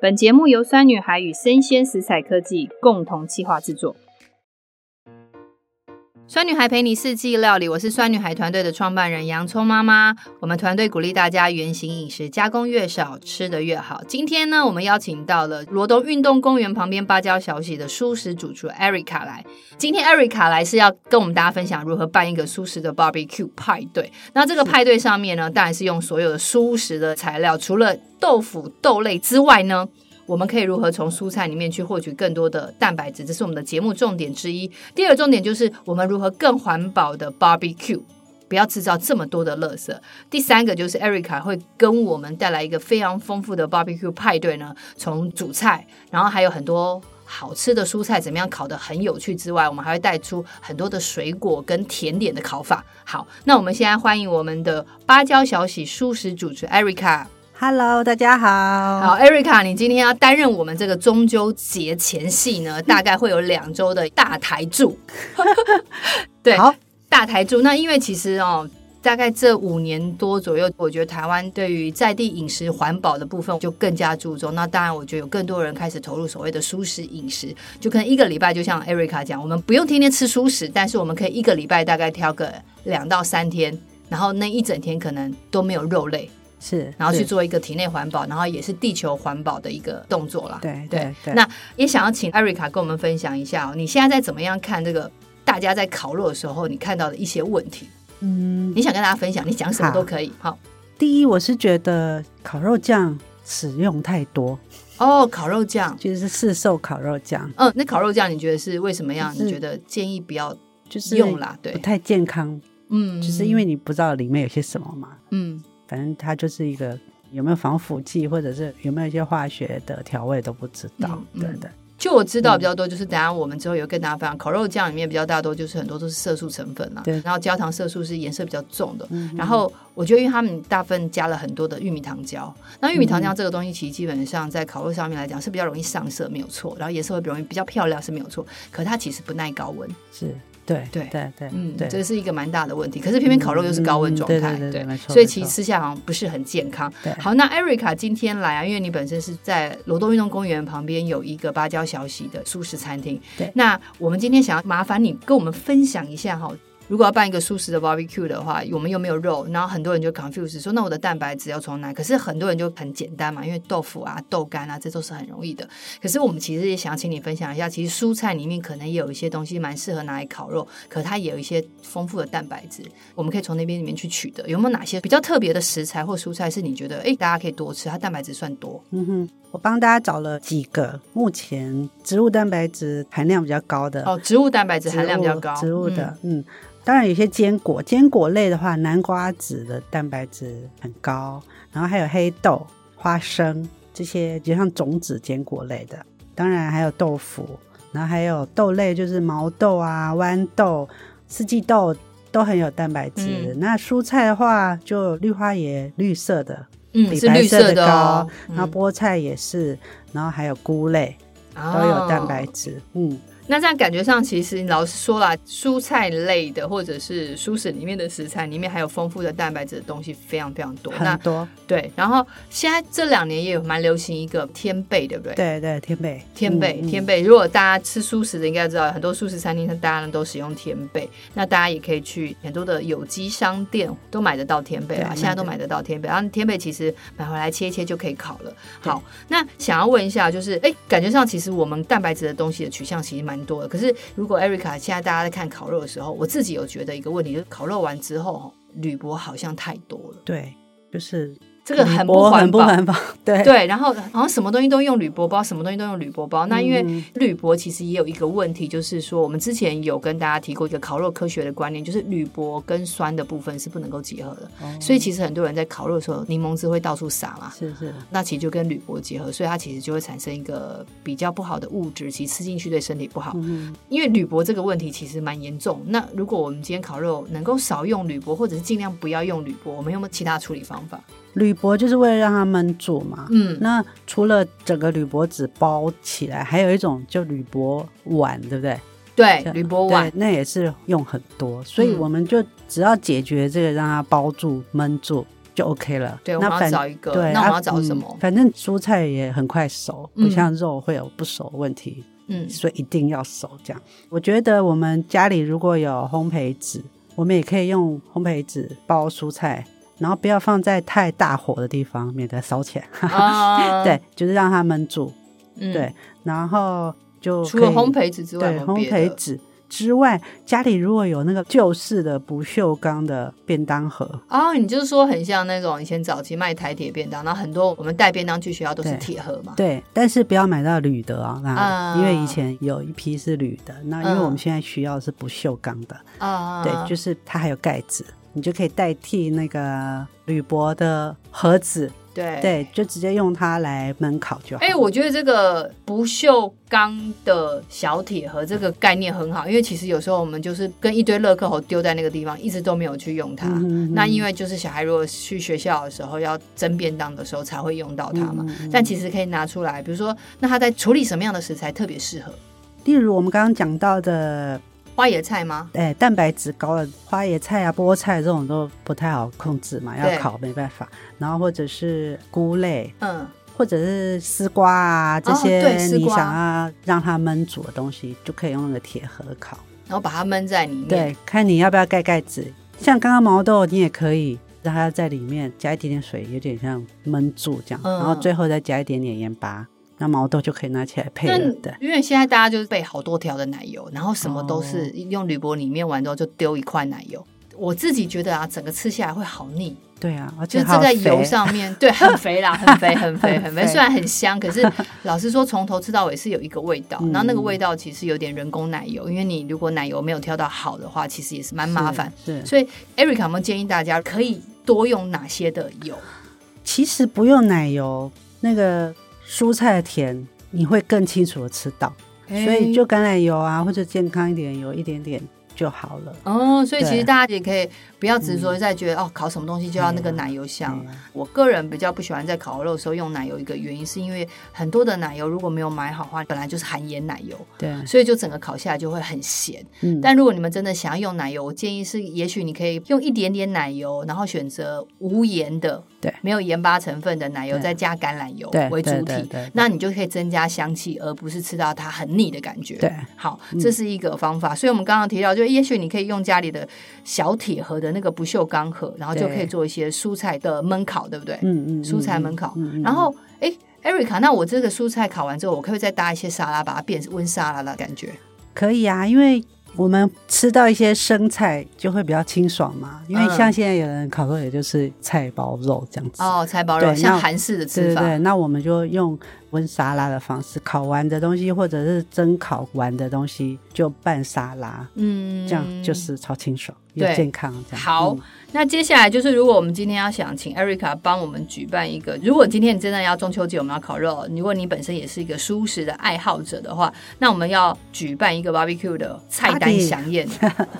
本节目由酸女孩与生鲜食材科技共同企划制作。酸女孩陪你四季料理，我是酸女孩团队的创办人洋葱妈妈。我们团队鼓励大家原形饮食，加工越少，吃的越好。今天呢，我们邀请到了罗东运动公园旁边芭蕉小喜的素食主厨 Erica 来。今天 Erica 来是要跟我们大家分享如何办一个素食的 barbecue 派对。那这个派对上面呢，当然是用所有的素食的材料，除了豆腐、豆类之外呢，我们可以如何从蔬菜里面去获取更多的蛋白质？这是我们的节目重点之一。第二个重点就是我们如何更环保的 barbecue，不要制造这么多的垃圾。第三个就是 Erica 会跟我们带来一个非常丰富的 barbecue 派对呢，从主菜，然后还有很多。好吃的蔬菜怎么样烤得很有趣之外，我们还会带出很多的水果跟甜点的烤法。好，那我们现在欢迎我们的芭蕉小喜素食主持 Erica。 Hello，大家好。好，Erica，你今天要担任我们这个中秋节前戏呢，大概会有两周的大台柱。对，好大台柱。那因为其实哦。大概这五年多左右，我觉得台湾对于在地饮食环保的部分就更加注重。那当然，我觉得有更多人开始投入所谓的舒适饮食，就可能一个礼拜，就像 Erica 讲，我们不用天天吃舒食，但是我们可以一个礼拜大概挑个两到三天，然后那一整天可能都没有肉类，是，然后去是做一个体内环保，然后也是地球环保的一个动作啦。对对对对那也想要请艾瑞卡跟我们分享一下、哦，你现在在怎么样看这个大家在烤肉的时候你看到的一些问题？嗯，你想跟大家分享，你讲什么好都可以。好第一，我是觉得烤肉酱使用太多，哦，烤肉酱，就是市售烤肉酱嗯，那烤肉酱你觉得是为什么样？就是你觉得建议不要就是用啦？不对，太健康，嗯，就是因为你不知道里面有些什么嘛，嗯反正它就是一个有没有防腐剂，或者是有没有一些化学的调味都不知道嗯，嗯对对。就我知道比嗯较多，就是等下我们之后有跟大家分享，烤肉酱里面比较大多就是很多都是色素成分啦，啊对然后焦糖色素是颜色比较重的，然后我觉得因为他们大部分加了很多的玉米糖胶，那玉米糖胶这个东西其实基本上在烤肉上面来讲是比较容易上色，没有错，然后颜色会比较容易比较漂亮是没有错，可它其实不耐高温，是，对对对对，嗯，对这是一个蛮大的问题，可是偏偏烤肉又是高温状态，嗯对对对没错所以没错其实吃下好像不是很健康。对好，那 Erica 今天来啊，因为你本身是在罗东运动公园旁边有一个芭蕉小喜的素食餐厅。对那我们今天想要麻烦你跟我们分享一下哈。如果要办一个素食的 barbecue 的话，我们又没有肉，然后很多人就 confuse 说，那我的蛋白质要从哪？可是很多人就很简单嘛，因为豆腐啊、豆干啊，这都是很容易的。可是我们其实也想请你分享一下，其实蔬菜里面可能也有一些东西蛮适合拿来烤肉，可它也有一些丰富的蛋白质，我们可以从那边里面去取得。有没有哪些比较特别的食材或蔬菜是你觉得，哎，大家可以多吃，它蛋白质算多？嗯哼，我帮大家找了几个目前植物蛋白质含量比较高的哦，植物蛋白质含量比较高，嗯植物的，嗯。当然，有些坚果，坚果类的话，南瓜子的蛋白质很高，然后还有黑豆、花生这些，就像种子坚果类的。当然还有豆腐，然后还有豆类，就是毛豆啊、豌豆、四季豆都很有蛋白质。嗯那蔬菜的话，就绿花椰，绿色的，嗯，嗯比是白绿色的高哦，，然后菠菜也是，然后还有菇类都有蛋白哦质。嗯，那这样感觉上，其实老实说啦，蔬菜类的或者是蔬食里面的食材里面，还有丰富的蛋白质的东西非常非常多。很那多。对，然后现在这两年也有蛮流行一个天贝，对不对？对对，天贝，天贝，嗯嗯天贝，如果大家吃素食的，应该知道很多素食餐厅，它大家都使用天贝。那大家也可以去很多的有机商店都买得到天贝啦，对现在都买得到天贝。然后天贝其实买回来切一切就可以烤了。好，那想要问一下，就是哎，感觉上其实我们蛋白质的东西的取向其实蛮多的。可是如果 Erica 现在大家在看烤肉的时候，我自己有觉得一个问题，就是烤肉完之后哦，铝箔好像太多了，对，就是这个很铝不箔环很不保。环保， 对对，然后好像什么东西都用铝箔包，什么东西都用铝箔包。那因为嗯铝箔其实也有一个问题，就是说我们之前有跟大家提过一个烤肉科学的观念，就是铝箔跟酸的部分是不能够结合的。哦所以其实很多人在烤肉的时候，柠檬汁会到处撒嘛，是是，那其实就跟铝箔结合，所以它其实就会产生一个比较不好的物质，其实吃进去对身体不好。嗯，因为铝箔这个问题其实蛮严重。那如果我们今天烤肉能够少用铝箔，或者是尽量不要用铝箔，我们有没有其他处理方法？铝箔就是为了让它焖住嘛。嗯，那除了整个铝箔纸包起来，还有一种就铝箔碗，对不对？对这，样铝箔碗对，那也是用很多，所以嗯我们就只要解决这个让它包住、闷住，就 OK 了。对，我那们要反找一个，对，那我们啊要找什嗯么？反正蔬菜也很快熟，不嗯像肉会有不熟的问题， 嗯所以一定要熟。这样，我觉得我们家里如果有烘焙纸，我们也可以用烘焙纸包蔬菜，然后不要放在太大火的地方，免得烧起来。啊， 对，就是让它们煮，嗯对，然后就除了可以烘焙纸之外，对有没有烘别的焙纸之外，家里如果有那个旧式的不锈钢的便当盒，哦，你就是说很像那种以前早期卖台铁便当，然后很多我们带便当去学校都是对铁盒嘛。对，但是不要买到铝的啊，那、啊因为以前有一批是铝的，那因为我们嗯现在需要是不锈钢的，啊，对，就是它还有盖子，你就可以代替那个铝箔的盒子，对对，就直接用它来焖烤就好。哎、我觉得这个不锈钢的小铁盒这个概念很好，因为其实有时候我们就是跟一堆乐克猴丢在那个地方，一直都没有去用它。嗯那因为就是小孩如果去学校的时候要蒸便当的时候才会用到它嘛，但其实可以拿出来，比如说，那它在处理什么样的食材特别适合？例如我们刚刚讲到的花椰菜吗？哎，蛋白质高的花椰菜啊、菠菜这种都不太好控制嘛，对要烤没办法。然后或者是菇类，嗯，或者是丝瓜啊这些，哦对丝你瓜想要让它焖煮的东西，就可以用那个铁盒烤。然后把它焖在里面。对，看你要不要盖盖子。像刚刚毛豆，你也可以让它在里面加一点点水，有点像焖住这样，嗯然后最后再加一点点盐巴，那毛豆就可以拿起来配那了。对，因为现在大家就是备好多条的奶油，然后什么都哦是用铝箔里面完之后就丢一块奶油。我自己觉得啊，整个吃下来会好腻，对啊，而就且是这好在油肥上面，对，很肥啦，很肥，很肥，很肥。 很肥虽然很香，可是老实说，从头吃到尾是有一个味道，嗯然后那个味道其实有点人工奶油，因为你如果奶油没有挑到好的话，其实也是蛮麻烦。是。是所以 Eric 有没有建议大家可以多用哪些的油？其实不用奶油，那个蔬菜的甜你会更清楚的吃到，哎所以就橄榄油啊，或者健康一点油一点点就好了。哦，所以其实对嗯大家也可以不要执着在觉得、哦，烤什么东西就要那个奶油香。对啊我个人比较不喜欢在烤肉的时候用奶油，一个原因是因为很多的奶油如果没有买好的话，本来就是含盐奶油，对，所以就整个烤下来就会很咸。嗯，但如果你们真的想要用奶油，我建议是，也许你可以用一点点奶油，然后选择无盐的，对没有盐巴成分的奶油，对再加橄榄油对为主对对体对对，那你就可以增加香气，而不是吃到它很腻的感觉。对嗯好，这是一个方法。所以我们刚刚提到，就也许你可以用家里的小铁盒的那个不锈钢盒，然后就对可以做一些蔬菜的焖烤，对不对？嗯嗯，嗯蔬菜焖烤。嗯嗯然后，哎，Erica，那我这个蔬菜烤完之后，我可不可以再搭一些沙拉，把它变温沙拉的感觉？可以啊，因为。我们吃到一些生菜就会比较清爽嘛，因为嗯像现在有人烤肉，也就是菜包肉这样子。哦，菜包肉，对像那韩式的吃对对法。对，那我们就用温沙拉的方式，烤完的东西或者是蒸烤完的东西就拌沙拉，嗯，这样就是超清爽又对健康。这样好嗯，那接下来就是，如果我们今天要想请 Erica 帮我们举办一个，如果今天你真的要中秋节我们要烤肉，如果你本身也是一个素食的爱好者的话，那我们要举办一个 barbecue 的菜单 Party 飨宴，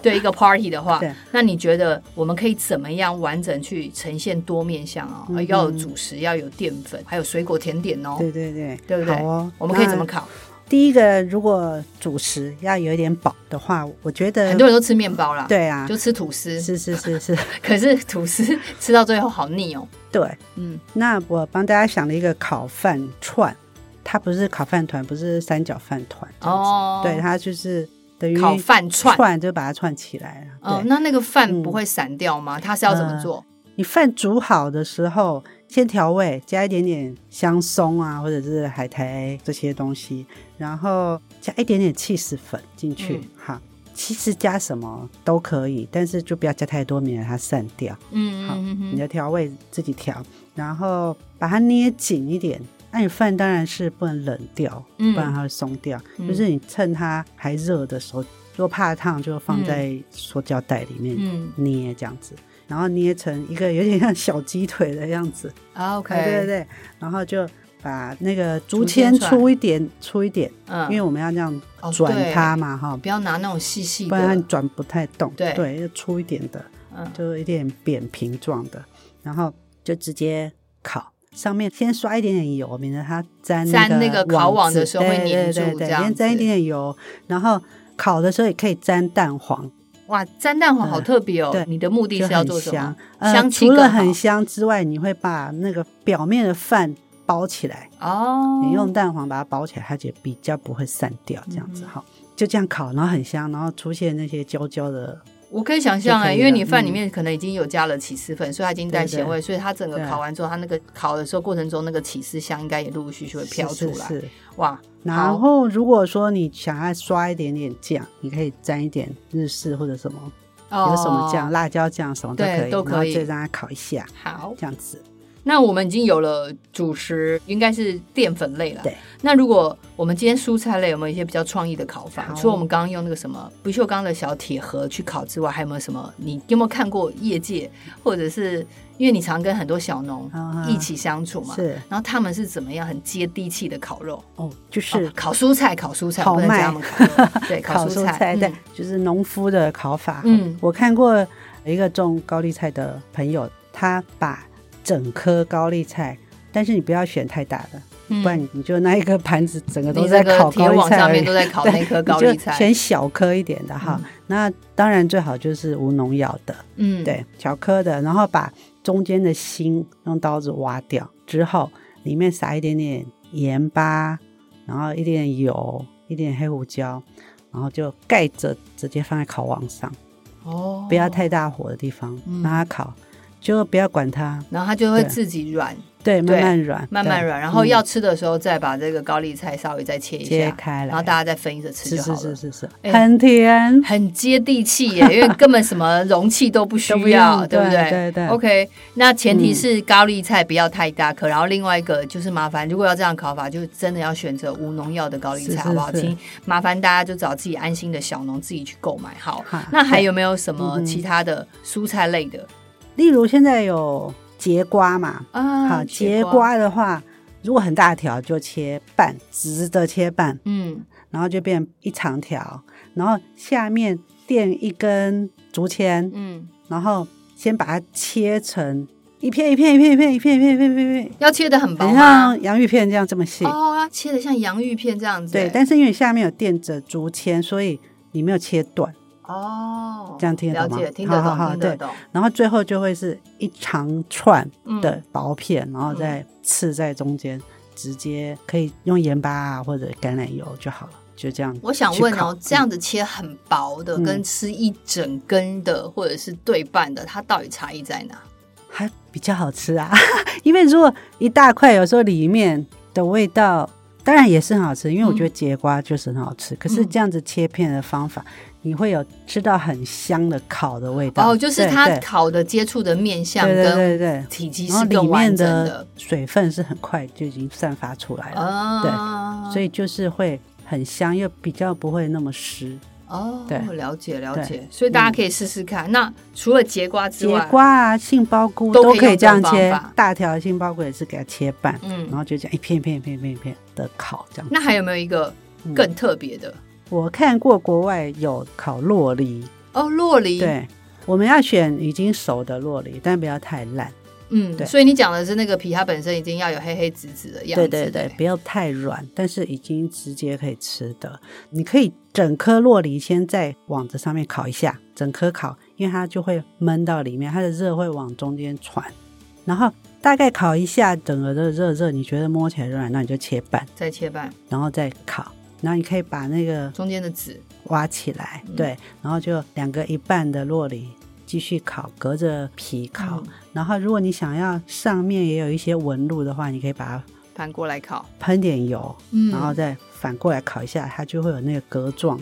对一个 party 的话 对，那你觉得我们可以怎么样完整去呈现多面向哦？嗯要有主食，要有淀粉，还有水果甜点哦。对对对，对不对好哦，我们可以怎么那烤？第一个，如果主食要有一点饱的话，我觉得很多人都吃面包啦，呃对啊，就吃吐司，是是是是，可是吐司 吃到最后好腻哦。对。嗯，那我帮大家想了一个烤饭串，它不是烤饭团，不是三角饭团这样子哦，对，，它就是等于烤饭串。串就把它串起来了。哦，对，那那个饭嗯不会散掉吗？它是要怎么做？你饭煮好的时候，先调味，加一点点香松啊，或者是海苔这些东西，然后加一点点起司粉进去嗯，哈、其实加什么都可以，但是就不要加太多，免得它散掉。嗯好嗯你嗯嗯，的调味自己调，然后把它捏紧一点。那你饭当然是不能冷掉，不嗯然它会松掉。嗯就是你趁它还热的时候，如果怕烫，就放在塑胶袋里面嗯捏这样子，然后捏成一个有点像小鸡腿的样子。啊，OK，对对对，然后就把那个竹竹签签出来粗一点，粗一点，嗯，因为我们要这样哦转它，嘛，哈、对不要拿那种细细不然的它，转不太动。对对，要粗一点的。嗯，就有点扁平状的，然后就直接烤。上面先刷一点点油，免得它粘粘那个烤网网子的时候会对粘对住对对这样先沾一子点点油，然后烤的时候也可以沾蛋黄，哇，沾蛋黄好特别哦！对你的目的就是要很做什香么？。呃，香气除了更好很香之外，你会把那个表面的饭包起来，哦，你用蛋黄把它包起来，它就比较不会散掉。这样子嗯哈，就这样烤，然后很香，然后出现那些焦焦的，我可以想象就可哎、以了嗯因为你饭里面可能已经有加了起司粉，所以它已经带对对咸味，所以它整个对烤完之后，它那个烤的时候过程中那个起司香应该也陆陆续续会飘出是来。是是。哇，然后如果说你想要刷一点点酱，你可以沾一点日式或者什么，哦有什么酱，？辣椒酱什么都对可以，都可然后以就让它烤一下，好，这样子。那我们已经有了主食，应该是淀粉类了。对。那如果我们今天蔬菜类有没有一些比较创意的烤法？好除了我们刚刚用那个什么不锈钢的小铁盒去烤之外，还有没有什么？你有没有看过业界，或者是因为你常跟很多小农嗯嗯一起相处嘛？是然后他们是怎么样很接地气的烤肉？哦，就是哦烤蔬菜，烤蔬菜，烤我不能麦叫他们烤肉， 对，烤蔬蔬菜，对嗯，就是农夫的烤法。嗯我看过一个种高丽菜的朋友，他把整颗高丽菜，但是你不要选太大的，嗯不然你就那一个盘子整个都你在这个烤铁高丽网菜上而面已。都在烤 对那颗高你就丽菜，选小颗一点的哈。那当然最好就是无农药的，嗯，对，小颗的，然后把中间的心用刀子挖掉之后，里面撒一点点盐巴，然后一点油，一点黑胡椒，然后就盖着直接放在烤网上，哦，不要，太大火的地方，嗯让它烤，就不要管它，然后它就会对自己软，对，慢对慢软，慢慢对软，然后要嗯吃的时候再把这个高丽菜稍微再切一切下，开来，然后大家再分一着吃是就是好了是。是是，哎很甜，很接地气耶，因为根本什么容器都不需都不要，用对不对对对 OK，那前提嗯是高丽菜不要太大颗，然后另外一个就是麻烦，如果要这样烤法，就真的要选择无农药的高丽是菜，是好不好？是请麻烦大家就找自己安心的小农自己去购买好。哈那还对有没有什么嗯嗯其他的蔬菜类的例如现在有节瓜嘛，啊？好，节瓜的话，如果很大条就切半，直的切半，嗯，然后就变一长条，然后下面垫一根竹签，嗯，然后先把它切成一片一片一片一片一片一片一片一片一啊片，要切的很薄很吗？像洋芋片这样这么细。哦，要切的像洋芋片这样子耶。对，但是因为下面有垫着竹签，所以你没有切断，哦，这样听得了懂吗解，听得好好懂，好听得懂。然后最后就会是一长串嗯的薄片，然后再刺在中间，直接可以用盐巴啊或者橄榄油就好了，就这样。我想问去烤哦，这样子切很薄的，嗯跟吃一整根的或者是对半的，它到底差异在哪？还比较好吃啊， 因为如果一大块，有时候里面的味道当然也是很好吃，因为我嗯觉得节瓜就是很好吃。可是这样子切片的方法，你会有吃到很香的烤的味道。哦，就是对它对烤的接触的面相对对对跟对，体积然后是里更面完整的的。水分是很快就已经散发出来了。啊，所以就是会很香，又比较不会那么湿。哦，对了解了解对，所以大家可以试试看。那除了节瓜之节外，瓜啊、杏鲍菇都都可以可以这样用这种切方法，大条的杏鲍菇也是给它切半，然嗯，后就这样一片一片一片一片一片的烤这样。那还有没有一个嗯更特别的？我看过国外有烤洛梨，哦，洛梨，，对，我们要选已经熟的洛梨，但不要太烂。嗯，对所以你讲的是那个皮，它本身已经要有黑黑紫紫的样对子，对对，不要太软，但是已经直接可以吃的。你可以整颗洛梨先在网子上面烤一下，整颗烤，因为它就会闷到里面，它的热会往中间传。然后大概烤一下，整个的热热，你觉得摸起来软，那你就切半，再切半，然后再烤。然后你可以把那个中间的籽，挖起来嗯，对，然后就两个一半的洛梨继续烤，隔着皮烤。嗯然后如果你想要上面也有一些纹路的话，你可以把它反过来烤，喷点油，嗯，然后再反过来烤一下，它就会有那个格状，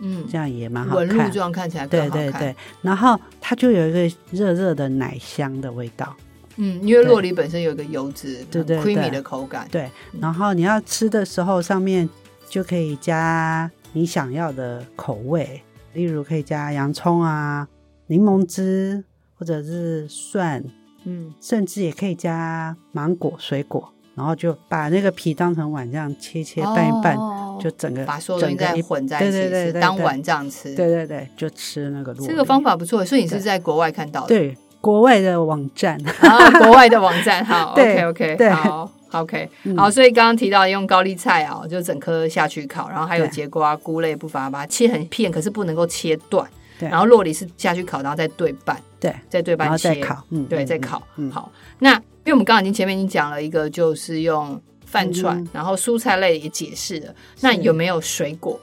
嗯这样也蛮好纹路看。状看起来更对好看。对对，然后它就有一个热热的奶香的味道。嗯，因为洛梨本身有一个油脂，对对很 creamy 对的口感。对，然后你要吃的时候，上面就可以加你想要的口味，例如可以加洋葱啊、柠檬汁，或者是蒜，嗯，甚至也可以加芒果、水果，然后就把那个皮当成碗这样切切拌一拌，哦就整个把所有东西整个再一混在一起对对对吃，对当对晚这样吃。对对对，就吃那个洛梨。这个方法不错，所以你是对在国外看到的，对国外的网站， 啊，国外的网站，好对，OK OK，对好。OK，嗯好，所以刚刚提到用高丽菜啊，就整颗下去烤，然后还有对节瓜、菇类部分，把它切成片，可是不能够切断，对然后洛梨是下去烤，然后再对半，对，再对然半后切，再烤，嗯，对，嗯再烤。嗯嗯好，那因为我们刚刚已经前面已经讲了一个，就是用饭串，嗯然后蔬菜类也解释了。那有没有水果？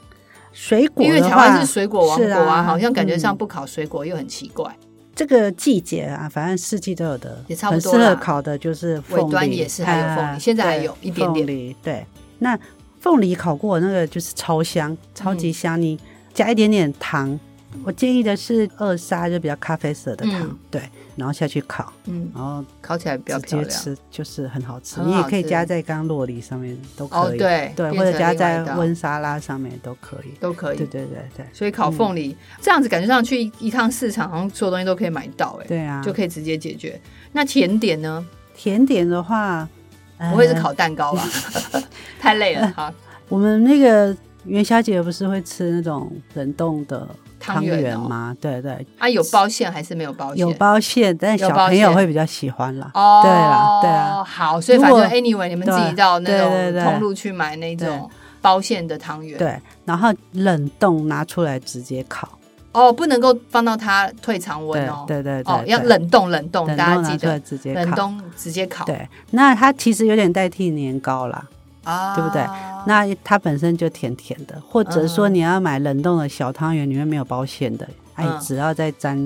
水果因为的台话湾是水果王国是啊好像感觉上嗯不烤水果又很奇怪。这个季节啊，反正四季都有的，也差不多啦很适合烤的就是凤尾梨，端也是还有凤梨啊现在还对有一点点凤梨。对，那凤梨烤过那个就是超香，超级香，嗯你加一点点糖。我建议的是二砂，就比较咖啡色的糖，嗯对，然后下去烤，嗯，然后烤起来比较直漂接亮。吃就是很好吃。很你也好可以吃加在刚洛梨上面都哦，可以，对对，变或者成加另外在一道温沙拉上面都可以。都可对嗯以。对对对所以烤凤梨、这样子，感觉上去一趟市场，好像所有东西都可以买到、哎、对啊！就可以直接解决。那甜点呢？甜点的话，不会是呃烤蛋糕 吧？太累了，好，我们那个元宵节不是会吃那种冷冻的汤汤圆哦圆吗？对对，啊，有包馅还是没有包馅？有包馅，但有小包朋友馅会比较喜欢啦。哦，对啦，对啊，好，所以如反果正 anyway，你们自己对到那对种对对通路去买那种包馅的汤圆，，对。然后冷冻拿出来直接烤，哦，不能够放到它退常对温哦，对对对哦，，要对冷冻冷冻，冷大冻家拿记出来得直接冷烤。冻直接烤，对，那它其实有点代替年糕啦，啊，对不对？那它本身就甜甜的，或者说嗯你要买冷冻的小汤圆，里面没有包馅的，哎，嗯你只要再沾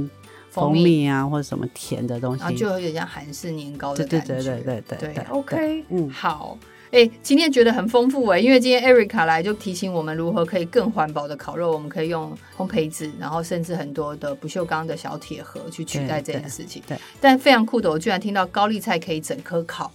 蜂蜂蜜蜜啊或者什么甜的东然后西，就有点像韩式年糕的对嗯对感觉，对对对对对对 o k 嗯好。哎、今天觉得很丰富哎、因为今天 Erica 来就提醒我们如何可以更环保的烤肉，我们可以用烘焙纸，然后甚至很多的不锈钢的小铁盒去取代这件事情。对对但非常酷的，我居然听到高丽菜可以整颗烤，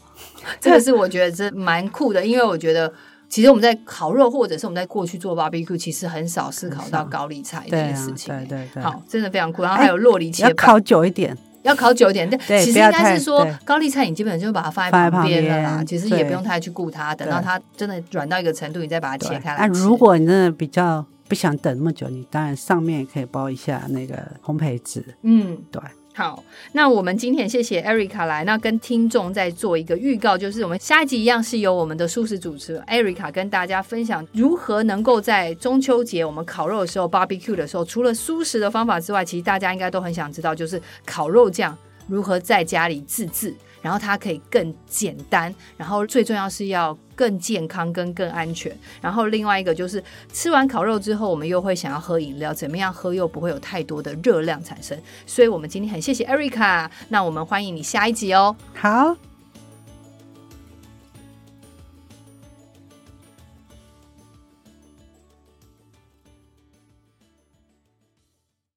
这个是我觉得是蛮酷的，因为我觉得。其实我们在烤肉，或者是我们在过去做 barbecue，其实很少思考到很少高丽菜这对件啊事情、哎对对对好，真的非常酷。然后还有洛梨切要板，烤久一点，要烤久一点，但对其实不应要该太是说对高丽菜，你基本就把它放在放在旁旁边了啦，边其实也对不用太去顾它，等对到它真的软到一个程度，你再把它切对。开那来吃。如果你真的比较不想等那么久，你当然上面也可以包一下那个烘焙纸，嗯，对。好，那我们今天也谢谢 Erica 来，那跟听众再做一个预告，就是我们下一集一样是由我们的素食主持人 Erica 跟大家分享如何能够在中秋节我们烤肉的时候、barbecue 的时候，除了素食的方法之外，其实大家应该都很想知道，就是烤肉酱如何在家里自制，然后它可以更简单，然后最重要是要更健康跟更安全。然后另外一个就是吃完烤肉之后，我们又会想要喝饮料，怎么样喝又不会有太多的热量产生。所以我们今天很谢谢 Erica，那我们欢迎你下一集哦。好，